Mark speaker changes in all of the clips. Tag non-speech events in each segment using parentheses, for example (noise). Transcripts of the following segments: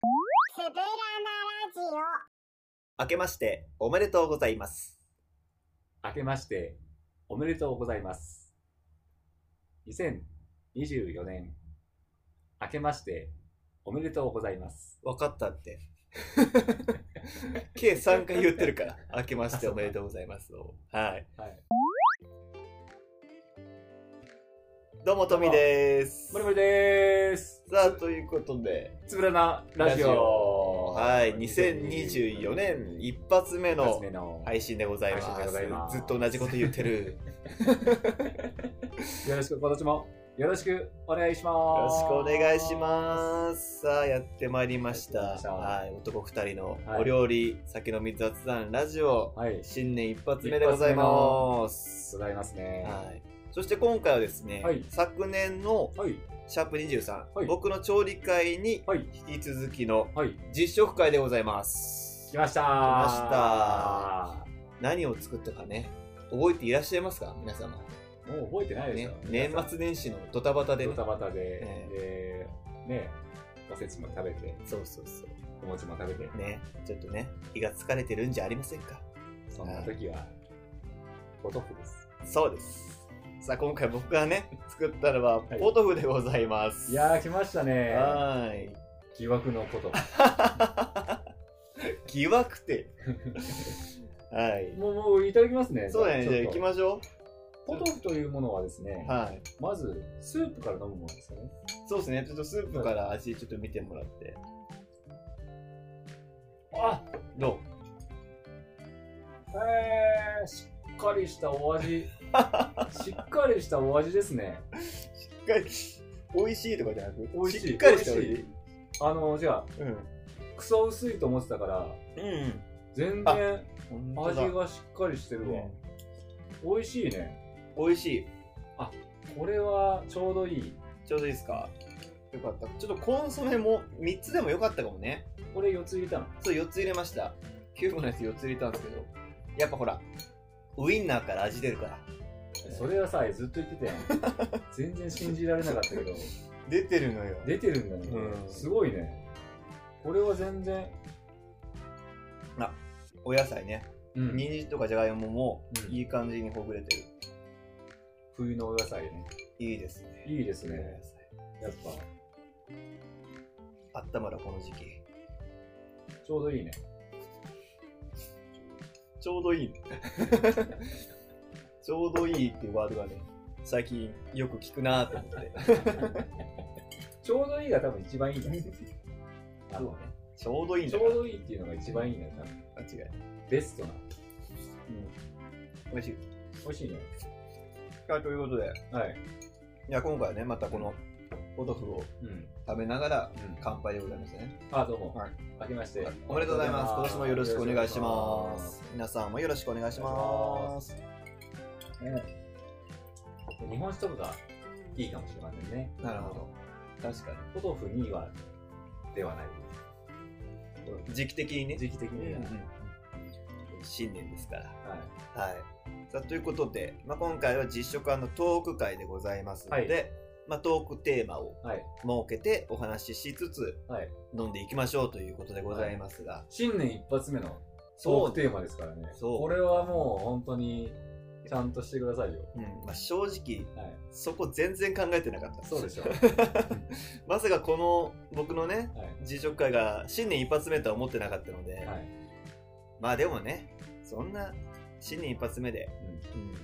Speaker 1: すぶらなラジ
Speaker 2: 明けましておめでとうございます。
Speaker 3: 明けましておめでとうございます。2024年、明けましておめでとうございます。
Speaker 2: 分かった
Speaker 3: (laughs)
Speaker 2: って。計3回言ってるから、明けましておめでとうございますを。はい。
Speaker 3: はい。
Speaker 2: どうも、トミーです。
Speaker 3: もりもりでーす。
Speaker 2: さあ、ということで、
Speaker 3: つぶらなラジオ。
Speaker 2: はい、2024年一発目
Speaker 3: 一発
Speaker 2: の
Speaker 3: 目の
Speaker 2: 配信でござい
Speaker 3: 配信
Speaker 2: ま。
Speaker 3: ですございます
Speaker 2: ずっと同じこと言って
Speaker 3: (laughs)
Speaker 2: る。
Speaker 3: よろしく、今年もよろしくお願いしま
Speaker 2: よろ
Speaker 3: す。
Speaker 2: しくお願いします。さあ、やってまいりました。
Speaker 3: やってまいりました
Speaker 2: はい、男二人の
Speaker 3: はい
Speaker 2: お料理、酒飲み雑談ラジオ、
Speaker 3: はい。ありがと
Speaker 2: 新年一発目でございます。
Speaker 3: うございますね。
Speaker 2: はい、そして今回はですね、
Speaker 3: はい
Speaker 2: 昨年の
Speaker 3: はい。
Speaker 2: シャープ23、
Speaker 3: はい
Speaker 2: 僕の調理会に
Speaker 3: はい。
Speaker 2: 引き続きの
Speaker 3: はい。
Speaker 2: 実食会でございます
Speaker 3: 来。ましたー。来
Speaker 2: ま何を作ったかね、覚えていらっしゃいますか皆様。
Speaker 3: したもう覚えてないでし
Speaker 2: ね
Speaker 3: ょ。、
Speaker 2: 年末年始のドタバタで
Speaker 3: ド
Speaker 2: ね。
Speaker 3: タバタで、
Speaker 2: え
Speaker 3: で、ね、おせちも食べて、
Speaker 2: そうそうそう。
Speaker 3: お餅も食べて、
Speaker 2: ね、ちょっとね、胃が疲れてるんじゃありませんか
Speaker 3: そんな時は、ポトフです。
Speaker 2: そうです。さあ、今回僕がね、作ったのは、
Speaker 3: はい
Speaker 2: ポトフでございます。
Speaker 3: いやー、来ましたね。
Speaker 2: はーい。
Speaker 3: 疑惑のポトフ。
Speaker 2: 疑惑
Speaker 3: (laughs)
Speaker 2: って。はい。
Speaker 3: もう、もう、いただきますね。
Speaker 2: そうだね、じゃあ
Speaker 3: ちょ
Speaker 2: 行
Speaker 3: っと
Speaker 2: きましょ
Speaker 3: ポトフというものはですね、
Speaker 2: う。はい。
Speaker 3: まず、スープから飲むものですよね。
Speaker 2: そうですね、ちょっとスープから味ちょっと見てもらって。
Speaker 3: あ
Speaker 2: ど
Speaker 3: えー、しっかりしたお (laughs) 味。しっかりしたお味ですね。
Speaker 2: う (laughs) しっかり、美味しいとかじゃなく
Speaker 3: 美味しい。
Speaker 2: しっかりした
Speaker 3: 美
Speaker 2: 味
Speaker 3: 味しい。あの、じゃあ、
Speaker 2: うん。
Speaker 3: クソ薄いと思ってたか
Speaker 2: う
Speaker 3: ら、
Speaker 2: ん。
Speaker 3: 全
Speaker 2: あ
Speaker 3: 然
Speaker 2: 本当だ
Speaker 3: 味がしっかりしてるわ。美味しいね。
Speaker 2: 美味しい。
Speaker 3: これはちょうどいい。
Speaker 2: ちょうどいいですかよかった。ちょっとコンソメも3つでもよかったかもね。
Speaker 3: これ4つ入れたの。
Speaker 2: そう、4つ入れました。キューブのやつ4つ入れたんですけど。やっぱほら、ウインナーから味出るから。
Speaker 3: それはさ、ずっと言ってた
Speaker 2: (laughs)
Speaker 3: やん。全然信じられなかったけど、
Speaker 2: 出てるのよ。
Speaker 3: 出てるんだね。
Speaker 2: うん
Speaker 3: すごいね。これは全然、
Speaker 2: お野菜ね。
Speaker 3: うん
Speaker 2: 人参とかじゃがいもも
Speaker 3: うん
Speaker 2: いい感じにほぐれてる。
Speaker 3: 冬のお野菜ね。
Speaker 2: いいですね。
Speaker 3: いいです
Speaker 2: 冬の
Speaker 3: ね
Speaker 2: 野。菜
Speaker 3: やっぱ、
Speaker 2: あったまるこの時期。
Speaker 3: ちょうどいいね。
Speaker 2: ちょうどいい。 (laughs) ちょうどいいっていうワードがね、最近よく聞くなと思って。
Speaker 3: ちょうどいいが多分一番いいんだね。あの
Speaker 2: ちょうどいいん
Speaker 3: ち
Speaker 2: だ
Speaker 3: ょ
Speaker 2: から
Speaker 3: うどいいっていうのが一番いいんだよ、多分。
Speaker 2: 間違いない。
Speaker 3: ベスト
Speaker 2: う
Speaker 3: な。
Speaker 2: ん。美味しい。
Speaker 3: 美味しいね。
Speaker 2: はい、ということで、
Speaker 3: はい。
Speaker 2: いや、今回はね、またこのポトフを
Speaker 3: うん。うん。
Speaker 2: 食べながら乾杯でございましたね。
Speaker 3: あ、どうも。
Speaker 2: はい
Speaker 3: 明けまして。
Speaker 2: おめでとうございます。今年もよろしくお願いします。。皆さんもよろしくお願いします。
Speaker 3: 日本酒とかがいいかもしれませんね。
Speaker 2: なるほど。確か
Speaker 3: ポトフにはではない。
Speaker 2: に。時期的にね。
Speaker 3: 時期的
Speaker 2: うん
Speaker 3: に
Speaker 2: う
Speaker 3: は
Speaker 2: ん
Speaker 3: い。
Speaker 2: 新年ですから。はい。さあということで、まあ、今回は実食トーク会でございますので、ま
Speaker 3: は
Speaker 2: あ、トークテーマを
Speaker 3: はい。
Speaker 2: 設けてお話ししつつ
Speaker 3: はい。
Speaker 2: 飲んでいきましょうということでございますが、
Speaker 3: 新年一発目の
Speaker 2: そ
Speaker 3: ト
Speaker 2: う
Speaker 3: ークテーマですからね。
Speaker 2: そう
Speaker 3: これはもう本当にちゃんとしてくださいよ。
Speaker 2: うんまあ、正直
Speaker 3: はい。
Speaker 2: そこ全然考えてなかった
Speaker 3: そうでしょ
Speaker 2: まさかこの僕のね
Speaker 3: はい。
Speaker 2: 実食会が新年一発目とは思ってなかったので、
Speaker 3: はい。
Speaker 2: まあでもねそんな新年一発目で、
Speaker 3: うん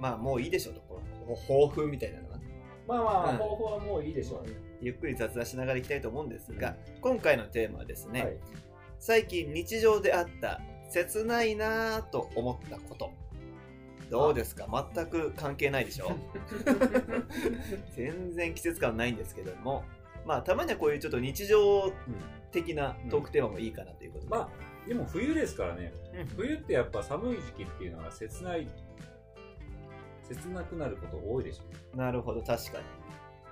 Speaker 2: まあもういいでしょうとこう抱負みたいなのがね
Speaker 3: まあま
Speaker 2: う
Speaker 3: あ、
Speaker 2: ん
Speaker 3: 方法はもういいでしょうね。
Speaker 2: ゆっくり雑談しながらいきたいと思うんですが、今回のテーマはですね、
Speaker 3: はい。
Speaker 2: 最近日常であった切ないなぁと思ったことどうですか全く関係ないでし
Speaker 3: (laughs)
Speaker 2: ょ全然季節感ないんですけどもまあたまにはこういうちょっと日常
Speaker 3: うん
Speaker 2: 的なトークテーマもいいかなということで、
Speaker 3: まあ、でも冬ですからね。
Speaker 2: うん
Speaker 3: 冬ってやっぱ寒い時期っていうのは切ない、切なくなること多いでしょ
Speaker 2: なるほど確かに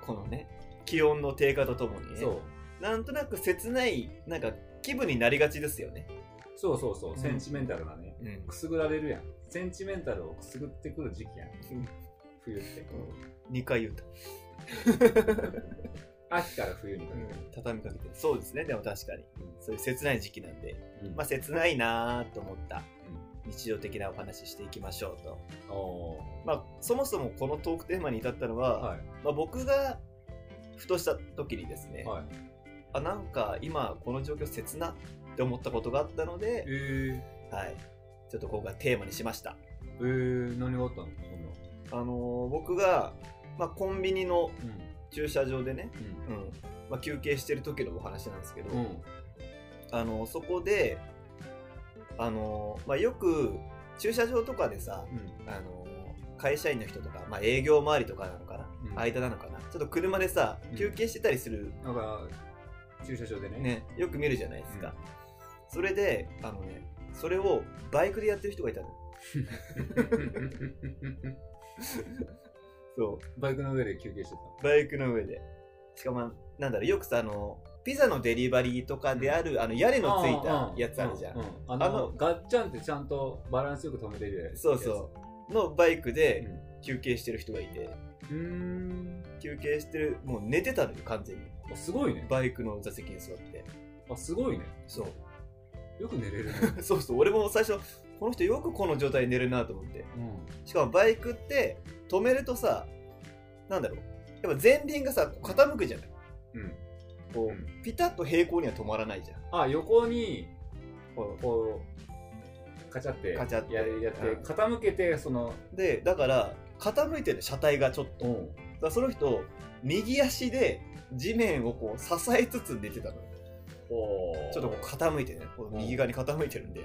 Speaker 2: このね気温の低下とともにね
Speaker 3: そう
Speaker 2: なんとなく切ないなんか気分になりがちですよね、
Speaker 3: そうそうそう、
Speaker 2: ん
Speaker 3: センチメンタルなね
Speaker 2: うん
Speaker 3: くすぐられるやんセンチメンタルをくすぐってくる時期やん冬って
Speaker 2: 2回言うた
Speaker 3: 秋から冬にかけて、
Speaker 2: 畳みかけてそうですねでも確かに
Speaker 3: う
Speaker 2: そういう切ない時期なんで、
Speaker 3: んうん
Speaker 2: まあ、切ないなーと思った日常的なお話ししていきましょうと、
Speaker 3: お
Speaker 2: まあ、そもそもこのトークテーマに至ったの
Speaker 3: ー
Speaker 2: は、
Speaker 3: は
Speaker 2: まあ、僕がふとした時にですね、
Speaker 3: いはい
Speaker 2: あなんか今この状況切なって思ったことがあったの
Speaker 3: え
Speaker 2: で、
Speaker 3: ー、
Speaker 2: はい、ちょっと今回テーマにしました
Speaker 3: えー、何があったのそんな
Speaker 2: あのー僕が、まあ、コンビニの駐車場でね、
Speaker 3: う
Speaker 2: うんまあ、休憩してる時のお話なんですけど、
Speaker 3: んうんうん
Speaker 2: あのそこで、あのまあ、よく駐車場とかでさ、あの会社員の人とか、まあ、営業周りとかなのかな、
Speaker 3: うん
Speaker 2: 間なのかなちょっと車でさ
Speaker 3: うん
Speaker 2: 休憩してたりする、
Speaker 3: なんか駐車場でね
Speaker 2: ね、よく見るじゃないですか、それであのねそれをバイクでやってる人がいたのそ
Speaker 3: バイクの上で休憩して
Speaker 2: うバイクの上でしかもあなんだろうよくさあのピザのデリバリーとかである、あの屋根
Speaker 3: た
Speaker 2: のついたやつあるじゃん、
Speaker 3: ううあ
Speaker 2: あ
Speaker 3: の
Speaker 2: の
Speaker 3: ガッチャンってちゃんとバランスよく止めてる
Speaker 2: そうそうのバイク
Speaker 3: う
Speaker 2: で
Speaker 3: ん
Speaker 2: 休憩してる人がいて、
Speaker 3: うーん
Speaker 2: 休憩してるもう寝てたのよ完全に
Speaker 3: あすごいね
Speaker 2: バイクの座席に座って
Speaker 3: あすごいね
Speaker 2: そう (laughs)
Speaker 3: よく寝れるね、 (laughs)
Speaker 2: そうそう俺も最初この人よくこの状態で寝るなと思って
Speaker 3: うん、
Speaker 2: しかもバイクって止めるとさなんだろうやっぱ前輪がさこう傾くじゃない、
Speaker 3: うん
Speaker 2: こうピタッと平行には止まらないじゃん
Speaker 3: あ横に
Speaker 2: こ
Speaker 3: こうカチャって
Speaker 2: カチャって
Speaker 3: ややって、
Speaker 2: うん
Speaker 3: 傾けてその
Speaker 2: うでだから傾いてる車体がちょっと
Speaker 3: うん
Speaker 2: だからその人右足で地面をこう支えつつ寝てたの
Speaker 3: おー
Speaker 2: ちょっとこう傾いてねこう右側に傾いてるんで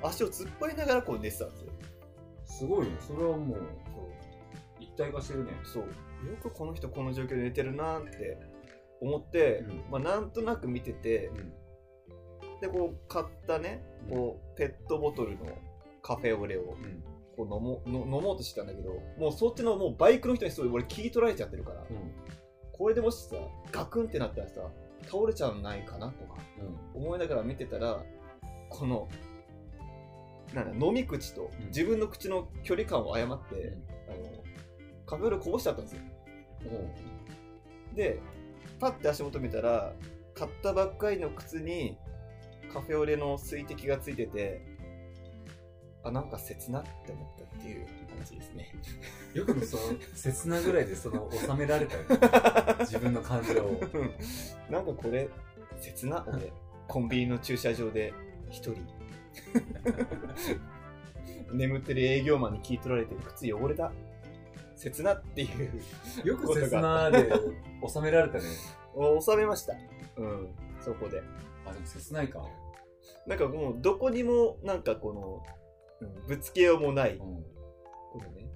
Speaker 2: 足を突っ張りながらこう寝てたんですよ
Speaker 3: すごいねそれはもう一体化してるね
Speaker 2: そうよくこの人この状況で寝てるなって思って、
Speaker 3: うん
Speaker 2: まあ、なんとなく見てて
Speaker 3: うん
Speaker 2: でこう買ったねこうペットボトルのカフェオレを
Speaker 3: うん
Speaker 2: こう飲もうの飲もうとしてたんだけどもうそっちのもうバイクの人にそれ俺切り取られちゃってるから
Speaker 3: うん
Speaker 2: これでもしさガクンってなったらさ倒れちゃうんないかなとか
Speaker 3: うん
Speaker 2: 思いながら見てたらこのなんだ飲み口と
Speaker 3: うん
Speaker 2: 自分の口の距離感を誤って、
Speaker 3: うん
Speaker 2: あのカフェオレこぼしちゃったんですよ
Speaker 3: うん
Speaker 2: でパッて足元見たら買ったばっかりの靴にカフェオレの水滴がついててあなんか切なって思ったっていう話ですね (laughs)
Speaker 3: よくその切なぐらいでその収められ
Speaker 2: (laughs)
Speaker 3: たよね自分の感情を
Speaker 2: なんかこれ切な俺コンビニの駐車場で一人 (laughs) 眠ってる営業マンに聞い取られて靴汚れた切なっていう
Speaker 3: よく切なで収められたね
Speaker 2: を収めましたうんそこで
Speaker 3: あでも切ないか、
Speaker 2: なんかもうどこにもなんかこの、うんぶつけようもない、
Speaker 3: うん、
Speaker 2: このね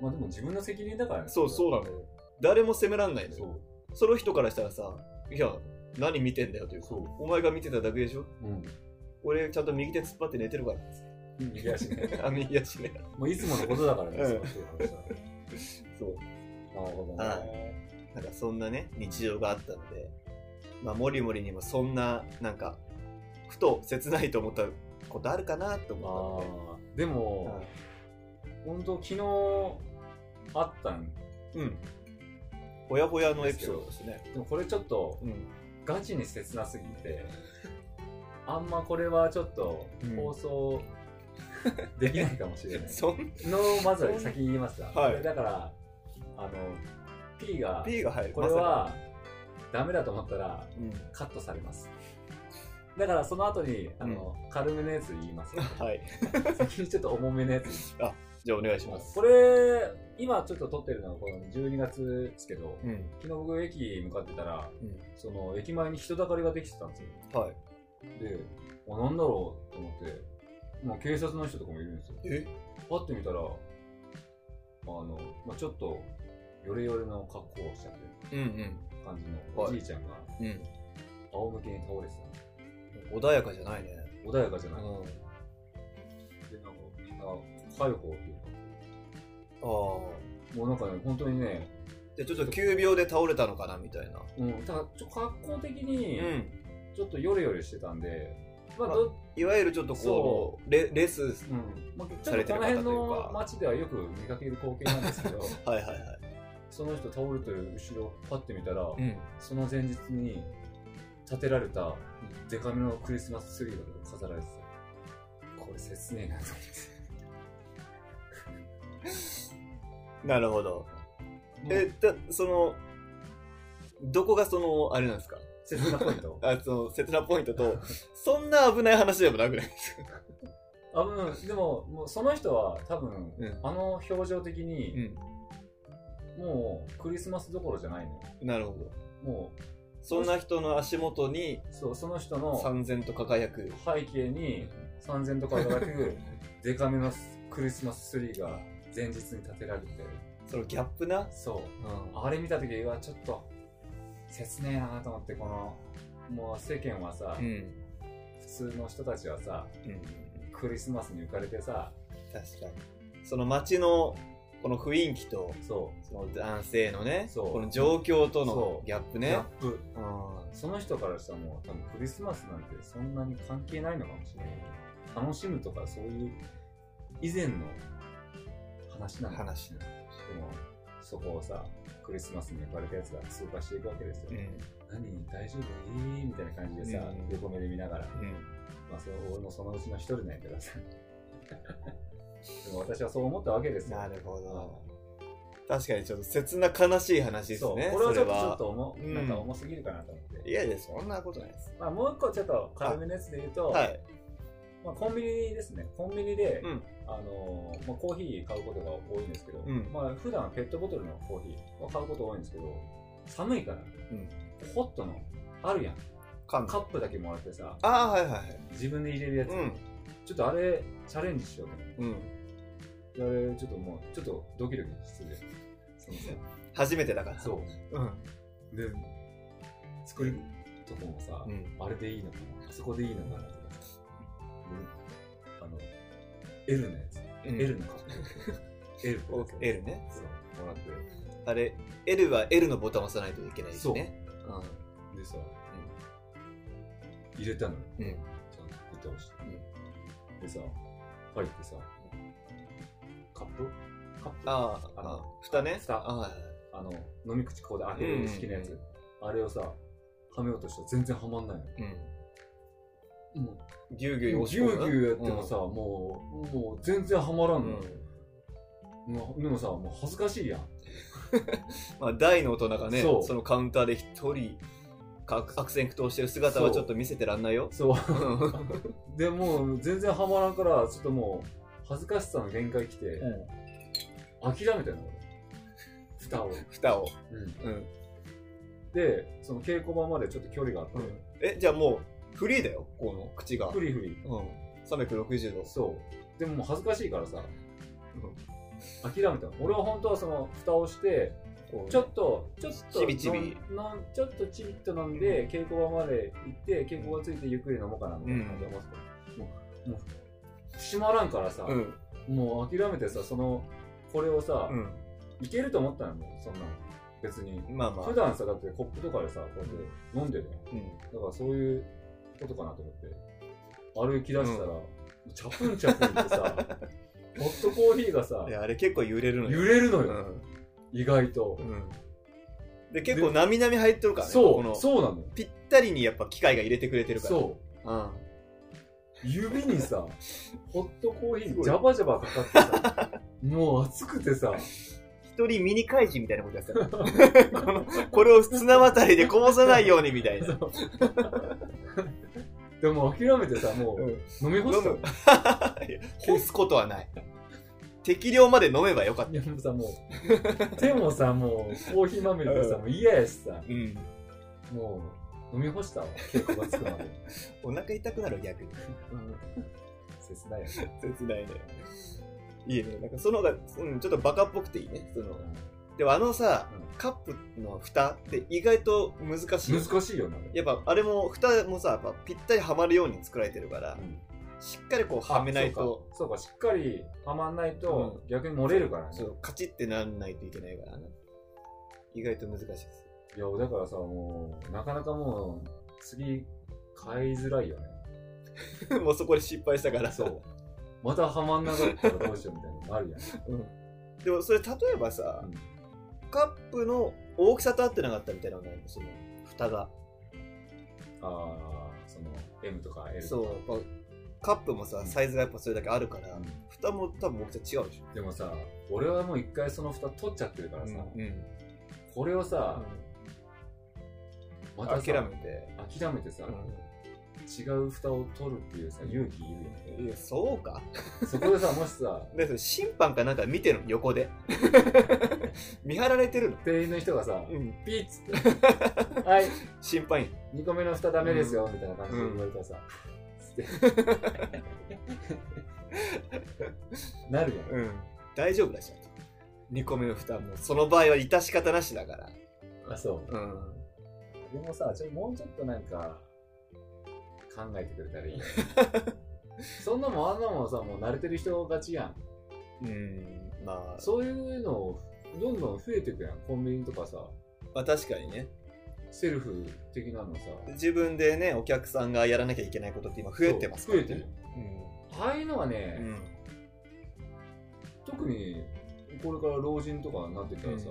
Speaker 3: まあでも自分の責任だからね
Speaker 2: そうそうなのよ誰も責めらんないの
Speaker 3: そ
Speaker 2: よ
Speaker 3: う
Speaker 2: その人からしたらさいや何見てんだよというか
Speaker 3: そう
Speaker 2: お前が見てただけでしょ
Speaker 3: うん
Speaker 2: 俺ちゃんと右手突っ張って寝てるから (laughs)
Speaker 3: 右足ね
Speaker 2: あ右足ね
Speaker 3: もういつものことだからね、
Speaker 2: うん
Speaker 3: そうそういう話は
Speaker 2: そう
Speaker 3: なるほどね、
Speaker 2: はなんかそんなね日常があったのでまあもりもりにもそんななんかふと切ないと思ったことあるかなと
Speaker 3: あ
Speaker 2: 思
Speaker 3: ーで
Speaker 2: った
Speaker 3: も
Speaker 2: の、
Speaker 3: 本当昨日あったん
Speaker 2: でうんほやほやのエピソードですね
Speaker 3: でもこれちょっと
Speaker 2: うん
Speaker 3: ガチに切なすぎ
Speaker 2: (laughs)
Speaker 3: てあんまこれはちょっと
Speaker 2: うん
Speaker 3: 放送できないかもしれな
Speaker 2: (laughs)
Speaker 3: い、
Speaker 2: そん
Speaker 3: のまずは先に言いますわ、
Speaker 2: はい
Speaker 3: これだからあの P が
Speaker 2: P が入る
Speaker 3: これはダメだと思ったら
Speaker 2: まさ
Speaker 3: カットされますだからその後にあの、軽めのやつ言います
Speaker 2: かうん (laughs) はい
Speaker 3: 先にちょっと重めのやつ言い
Speaker 2: じゃあお願いし
Speaker 3: ま
Speaker 2: ます
Speaker 3: すこれ今ちょっと撮ってるのはこの12月ですけど
Speaker 2: うん
Speaker 3: 昨日僕駅向かってたら、
Speaker 2: うん
Speaker 3: その駅前に人だかりができてたんですよ
Speaker 2: はい
Speaker 3: で、あ、なんだろうと思って、まあ、警察の人とかもいるんですよ。
Speaker 2: え
Speaker 3: パッて見たら、あの、まあ、ちょっと、ヨレヨレの格好をしたとい
Speaker 2: うんうん
Speaker 3: う感じの
Speaker 2: はい
Speaker 3: おじいちゃんが、
Speaker 2: うん、
Speaker 3: 仰向けに倒れて
Speaker 2: 穏やかじゃないね。
Speaker 3: たの。穏やかじゃ
Speaker 2: う
Speaker 3: ない。
Speaker 2: あ
Speaker 3: で、なんか、みんな、解放っていう
Speaker 2: あ。
Speaker 3: か、もうなんかね、本当にね、
Speaker 2: じゃあちょっと急病で倒れたのかなみたいな。
Speaker 3: うん、ただ、ちょ格好的
Speaker 2: う
Speaker 3: に、
Speaker 2: ん。
Speaker 3: ちょっとヨレヨレしてたんで、まあ、ど、
Speaker 2: いわゆるちょっとこう、レレス。
Speaker 3: うん、まあ、ち
Speaker 2: さ
Speaker 3: ょっ
Speaker 2: れ
Speaker 3: と
Speaker 2: て
Speaker 3: こ
Speaker 2: る
Speaker 3: の
Speaker 2: 方という
Speaker 3: 辺
Speaker 2: か (laughs)
Speaker 3: の街ではよく見かける光景なんですけど、
Speaker 2: はいはいはい。
Speaker 3: その人倒れてる後ろパッて見たら、
Speaker 2: うん。
Speaker 3: その前日に建てられたデカめのクリスマスツリーが飾られてたこれ切ねえなと思って
Speaker 2: なるほど。え、だ、その、どこがその、あれなんですか
Speaker 3: 切なポイント
Speaker 2: あ、その、切なポイント (laughs) と、そんな危ない話でもなくないですか
Speaker 3: あうんでももうその人は多分、
Speaker 2: うん
Speaker 3: あの表情的
Speaker 2: う
Speaker 3: に、
Speaker 2: ん。
Speaker 3: もうクリスマスどころじゃないのよ
Speaker 2: なるほど。
Speaker 3: も
Speaker 2: そんな人の足元に、
Speaker 3: うそうその人の
Speaker 2: 三千と輝く。
Speaker 3: 背景に三千とかがくデカめのクリスマスツリーが前日に建てられて
Speaker 2: そのギャップな。
Speaker 3: そう
Speaker 2: うん
Speaker 3: あれ見た時はちょっと切ねえなと思ってこのもう世間はさ、
Speaker 2: うん。
Speaker 3: 普通の人たちはさ
Speaker 2: うん。
Speaker 3: クリスマスに浮かれてさ
Speaker 2: 確かに。その街の、この雰囲気と、
Speaker 3: そ
Speaker 2: その男性のね、
Speaker 3: そう
Speaker 2: この状況との
Speaker 3: そう
Speaker 2: ギャップ
Speaker 3: うギ
Speaker 2: ね
Speaker 3: ャッ。プ
Speaker 2: うん
Speaker 3: その人からしたらもう多分クリスマスなんてそんなに関係ないのかもしれない楽しむとかそういう以前の話なので
Speaker 2: 話。
Speaker 3: もそこをさクリスマスに浮かれたやつが通過していくわけですよ、
Speaker 2: うん。
Speaker 3: 何大丈夫いいみたいな感じでさ、
Speaker 2: うん
Speaker 3: 横目で見ながら
Speaker 2: うん。
Speaker 3: まあ、その俺もそのうちの一人なんやけどさ。 (laughs) でも私はそう思ったわけですよ。
Speaker 2: なるほど。確かにちょっと切な悲しい話です
Speaker 3: そう、
Speaker 2: ね。
Speaker 3: 俺はちょっ
Speaker 2: それ
Speaker 3: とちょっと重、
Speaker 2: うん
Speaker 3: なんか重すぎるかなと思って。
Speaker 2: いやいや、そんなことないです。
Speaker 3: まあ、もう一個ちょっと軽めのやつで言うと、
Speaker 2: はい。
Speaker 3: まあ、コンビニですね。コンビニで、
Speaker 2: うん
Speaker 3: あのーまあ、コーヒー買うことが多いんですけど、
Speaker 2: うん
Speaker 3: まあ、普段ペットボトルのコーヒーを買うこと多いんですけど、寒いから、
Speaker 2: ん
Speaker 3: ホットの、あるやん。
Speaker 2: 缶
Speaker 3: カップだけもらってさ、
Speaker 2: ああ、はいはいはい。
Speaker 3: 自分で入れるやつ。
Speaker 2: うん。
Speaker 3: ちょっとあれ、チャレンジしようと思って
Speaker 2: うん。
Speaker 3: であれ、ちょっともう、ちょっとドキドキする。そのさ
Speaker 2: 初めてだから。。
Speaker 3: そう
Speaker 2: うん。
Speaker 3: う。で、作るとこもさ、
Speaker 2: うん。
Speaker 3: あれでいいのかなあそこでいいのかなとかさ。であの、L のやつ。L の
Speaker 2: (laughs)
Speaker 3: カップ。L
Speaker 2: お L ね。
Speaker 3: そう、もらって。
Speaker 2: あれ、L は L のボタンを押さないといけないですね。
Speaker 3: でさ、入れたのよ。
Speaker 2: うん。うん。
Speaker 3: ちゃんと入れてほしい。でさ、入ってさ、カップカップ
Speaker 2: ああ、
Speaker 3: あの
Speaker 2: 蓋ね。
Speaker 3: 蓋
Speaker 2: ああ、
Speaker 3: あの、飲み口ここで開け
Speaker 2: うん
Speaker 3: る好きなやつ。あれをさ、はめようとしたら全然はまんないのよ。
Speaker 2: うん。
Speaker 3: もう
Speaker 2: ぎゅうぎ
Speaker 3: ぎ
Speaker 2: ゅ
Speaker 3: ゅ
Speaker 2: う
Speaker 3: う
Speaker 2: 押
Speaker 3: ぎ
Speaker 2: し込む
Speaker 3: ゅうやってもさ、、もう、もう全然はまら
Speaker 2: うんん。う
Speaker 3: の
Speaker 2: ん。
Speaker 3: もうでもさ、もう恥ずかしいやん。
Speaker 2: まあ、大の大人がね、
Speaker 3: そう
Speaker 2: そのカウンターで一人、か悪戦苦闘してる姿は
Speaker 3: そう
Speaker 2: ちょっと見せてらんないよ。 (laughs)
Speaker 3: そう。
Speaker 2: うん
Speaker 3: でもう全然はまらんから、ちょっともう、恥ずかしさの限界来て、諦めたの俺。蓋を。
Speaker 2: 蓋を。うん。
Speaker 3: で、その稽古場までちょっと距離があって、
Speaker 2: え、じゃあもう、フリーだよ、この口が。
Speaker 3: フリフリ。
Speaker 2: うん。360度。
Speaker 3: そう。でももう恥ずかしいからさ、
Speaker 2: うん
Speaker 3: 諦めたの。俺は本当はその、蓋をして、
Speaker 2: こう
Speaker 3: ちょっと、ちょっと、
Speaker 2: ちびちび
Speaker 3: のんのんちょっとちびっと飲んで、稽古場まで行って、稽古場ついてゆっくり飲もうかな、みたいな感じで思ってたもう、もう、閉まらんからさ、
Speaker 2: うん。
Speaker 3: もう諦めてさ、その、これをさ、
Speaker 2: うん。
Speaker 3: いけると思ったのもうそんなの別に。
Speaker 2: まあまあ。
Speaker 3: 普段さ、だってコップとかでさ、こうやって飲んでるやん。
Speaker 2: うん。
Speaker 3: だからそういうことかなと思って、歩き出したら、チャプンチャプンって
Speaker 2: (laughs)
Speaker 3: さ、ホットコーヒーがさ
Speaker 2: い、や、あれ結構揺れるの
Speaker 3: 揺れるの
Speaker 2: う
Speaker 3: よ、
Speaker 2: ん。
Speaker 3: 意外と
Speaker 2: う。ん。で、結構なみなみ入っとるからね。
Speaker 3: そ
Speaker 2: こ
Speaker 3: う、
Speaker 2: の
Speaker 3: そうなのよ。
Speaker 2: ぴったりにやっぱ機械が入れてくれてるから。
Speaker 3: そう。
Speaker 2: うん。
Speaker 3: 指にさ、ホットコーヒ
Speaker 2: すご
Speaker 3: ー
Speaker 2: い
Speaker 3: ジャバジャバかかってさ、もう熱くてさ、
Speaker 2: 一人ミニ怪人みたいなことやってた。 (laughs) このこれを綱渡りでこぼさないようにみたいな。
Speaker 3: でも諦めてさ、も
Speaker 2: うん
Speaker 3: う飲み干したの
Speaker 2: 飲いや (laughs) 干すことはない。適量まで飲めばよかっ
Speaker 3: いやもうさ、もう、手もさ、もうコーヒーまみれでさ、もう嫌やしさ
Speaker 2: た。、うん。
Speaker 3: もう飲み干したわ、結構がつくまで。
Speaker 2: お腹痛くなる逆に。 (laughs)
Speaker 3: 切ないよね。
Speaker 2: 切ないね。いいね。なんかその方が、うん、ちょっとバカっぽくていいね。その、でもあのさ、
Speaker 3: う
Speaker 2: カップの蓋って意外と難しい。
Speaker 3: 難しいよな、あれ
Speaker 2: やっぱあれも蓋もさ、やっぱぴったりはまるように作られてるから、
Speaker 3: うん
Speaker 2: しっかりこうはめないと、
Speaker 3: そうかそうかしっかりはまんないと、逆に漏れるからね
Speaker 2: そうカチッてならないといけないからね。意外と難しいです。 (laughs)
Speaker 3: いやだからさもうなかなかもう次買いづらいよね
Speaker 2: もうそこで失敗したから。
Speaker 3: そうまたはまんなかったらどうしようみたいなのあるやん、
Speaker 2: (laughs) うん。でもそれ例えばさ、
Speaker 3: うん
Speaker 2: カップの大きさと合ってなかったみたいなのがないのその蓋が
Speaker 3: ああ、その、M とか L とか。
Speaker 2: そうやっぱカップもさサイズがやっぱそれだけあるから、
Speaker 3: うん
Speaker 2: 蓋も多分大きさ違うでしょ
Speaker 3: でもさ、俺はもう一回その蓋取っちゃってるからさ、
Speaker 2: うんうん
Speaker 3: これをさ、またさ
Speaker 2: 諦めて、
Speaker 3: 諦めてさ、違う蓋を取るっていうさ、勇気いるよ
Speaker 2: い
Speaker 3: ね。
Speaker 2: やそうか
Speaker 3: そこでさ、もしさ、
Speaker 2: でそれ審判かなんか見てるの横 (laughs) で見張られてるの、
Speaker 3: 店員の人がさ、
Speaker 2: うん、
Speaker 3: ピッつ
Speaker 2: (laughs)
Speaker 3: って、はい、
Speaker 2: 審判員
Speaker 3: 2個目の蓋ダメですよ、みたいな感じで言われたらさ、つって。 (laughs) なるやん。
Speaker 2: うん大丈夫だし2個目の蓋はもうその場合は致し方なしだから
Speaker 3: あ、そう。
Speaker 2: うん
Speaker 3: でもさ、ちょもうちょっとなんか、考えてくれた
Speaker 2: (laughs)
Speaker 3: らいいよ。そんなもんあんなもんさ、もう慣れてる人勝ちやん。
Speaker 2: うんまあ
Speaker 3: そういうのをどんどん増えてくやん。コンビニとかさ、
Speaker 2: まあ確かにね
Speaker 3: セルフ的なのさ。
Speaker 2: 自分でねお客さんがやらなきゃいけないことって今増えてます
Speaker 3: そ
Speaker 2: か
Speaker 3: う
Speaker 2: ら
Speaker 3: 増
Speaker 2: ね
Speaker 3: えてる。ああいうのはね、
Speaker 2: うん、うん
Speaker 3: 特にこれから老人とかになってきたらさ、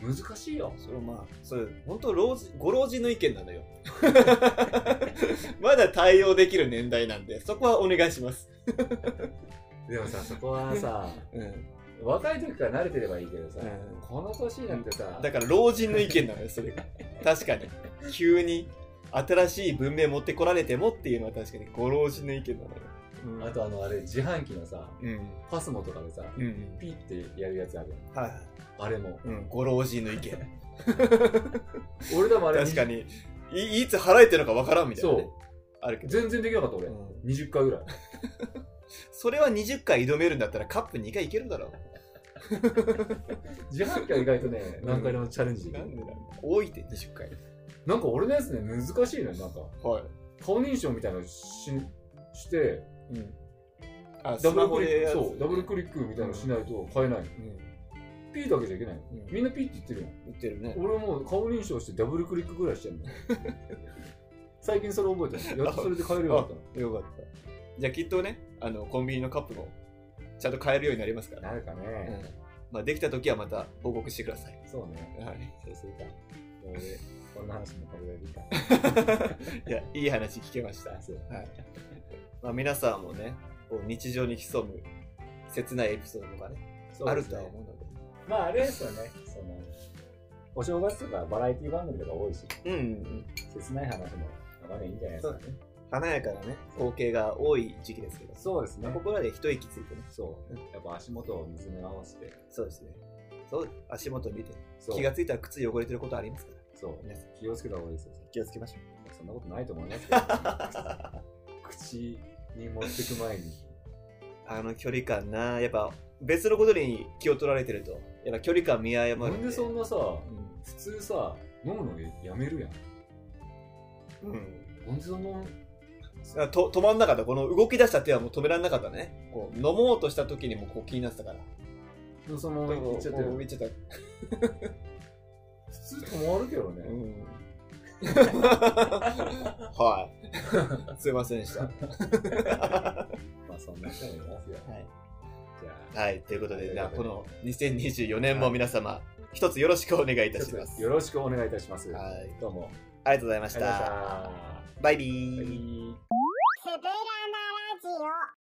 Speaker 3: 難しいよ。
Speaker 2: それまあそれ本当老人ご老人の意見なのよ (laughs) まだ対応できる年代なんでそこはお願いします、
Speaker 3: でもさ、そこはさ、
Speaker 2: うん、
Speaker 3: 若い時から慣れてればいいけどさ、
Speaker 2: うん
Speaker 3: この年になってさ、
Speaker 2: だから老人の意見なのよそれ
Speaker 3: (laughs)
Speaker 2: が確かに急に新しい文明持ってこられてもっていうのは確かにご老人の意見なのよ、うん
Speaker 3: あとあのあれ、自販機のさ、
Speaker 2: うん。
Speaker 3: パスモとかでさ、
Speaker 2: うん。
Speaker 3: ピッてやるやつあるやん。
Speaker 2: はいはい。
Speaker 3: あ
Speaker 2: (laughs)
Speaker 3: れも。
Speaker 2: うん。ご老人の意見。
Speaker 3: 俺でもあれ、
Speaker 2: 確かに。いい (laughs) つ払えてるのかわからんみたいな、ね。
Speaker 3: そ
Speaker 2: あるけ
Speaker 3: う。
Speaker 2: ど。
Speaker 3: 全然できなかった俺。
Speaker 2: うん
Speaker 3: 20回ぐらい。
Speaker 2: それは20回挑めるんだったらカップ2回いけるだろう。
Speaker 3: 自販機は意外とね、
Speaker 2: うん
Speaker 3: 何回でもチャレンジでき
Speaker 2: なんで
Speaker 3: る。
Speaker 2: なんだ多いって20回。
Speaker 3: なんか俺のやつね、難しいのよ。なんか、
Speaker 2: はい。
Speaker 3: 顔認証みたいなのしして、
Speaker 2: うん。あ、
Speaker 3: ダ
Speaker 2: ス
Speaker 3: ブ
Speaker 2: マ
Speaker 3: ルク
Speaker 2: ホ
Speaker 3: リ
Speaker 2: でや
Speaker 3: ック、
Speaker 2: つ
Speaker 3: そう、ダブルクリックみたいなのしないと買えないの。
Speaker 2: うん。
Speaker 3: ピーだけじゃいけないの。
Speaker 2: うん
Speaker 3: みんなピーって言ってるやん。
Speaker 2: 言ってるね。
Speaker 3: 俺はもう顔認証してダブルクリックぐらいしてん (laughs) の。最近それ覚えたのやっとそれで買えるようになっ
Speaker 2: よかった。じゃあきっとね、あの、コンビニのカップもちゃんと買えるようになりますか
Speaker 3: た
Speaker 2: ら。
Speaker 3: の。なるか
Speaker 2: う
Speaker 3: ね。
Speaker 2: ん。まあ、できた時はまた報告してください。
Speaker 3: そうね。
Speaker 2: はい。
Speaker 3: そうするか。俺、こんな話もこれでいいか。
Speaker 2: いや、いい話聞けました。
Speaker 3: そう
Speaker 2: まあ、皆さんもね、こう日常に潜む切ないエピソードがね、あるとは思うので。
Speaker 3: まああれですよね、その、お正月とかバラエティ番組とか多いし、
Speaker 2: うんうんうん。
Speaker 3: 切ない話もなかなかいいんじゃないですかね。
Speaker 2: 華やかなね、光景が多い時期ですけど、
Speaker 3: そうですね
Speaker 2: まあここらで一息ついてね、
Speaker 3: そう。やっぱ足元を水に合わせて、
Speaker 2: そうですね。そう、足元見て、
Speaker 3: そう
Speaker 2: 気がついたら靴汚れてることありますから、
Speaker 3: そう
Speaker 2: 皆さん
Speaker 3: 気をつけた方がいいですよ。
Speaker 2: 気をつけましょ
Speaker 3: そんなことないと思いますけど、 (laughs) 口に持ってく前に。
Speaker 2: う。あの距離感な、やっぱ別のことに気を取られてると、やっぱ距離感見誤
Speaker 3: な
Speaker 2: る
Speaker 3: んでそんなさ、
Speaker 2: うん
Speaker 3: 普通さ、飲むのやめるやん。
Speaker 2: うん。
Speaker 3: なんでそんな、
Speaker 2: だからと止まんなかった、この動き出した手はもう止められなかったね。こう飲もうとした時にもこう気になってたから。
Speaker 3: そのまま行っちゃって
Speaker 2: もう
Speaker 3: る。
Speaker 2: 行っちゃった
Speaker 3: 普通止まるけどね。
Speaker 2: うん、 (laughs) はい。すいませんで
Speaker 3: (laughs)
Speaker 2: した。は
Speaker 3: まあそんな人もいますよ。じゃ
Speaker 2: い。はい、ということで、じゃあ
Speaker 3: はい
Speaker 2: この2024年も皆様、一つよろしくお願いい
Speaker 3: あ、
Speaker 2: たし
Speaker 3: ちょ
Speaker 2: ま
Speaker 3: っ
Speaker 2: す。
Speaker 3: とよろしくお願いいたします。
Speaker 2: はい。
Speaker 3: どうも。
Speaker 2: ありがとうございま
Speaker 3: あ
Speaker 2: し
Speaker 3: りがとうござい
Speaker 2: た。
Speaker 3: ました。
Speaker 2: バイビー。
Speaker 1: すべらなラジオ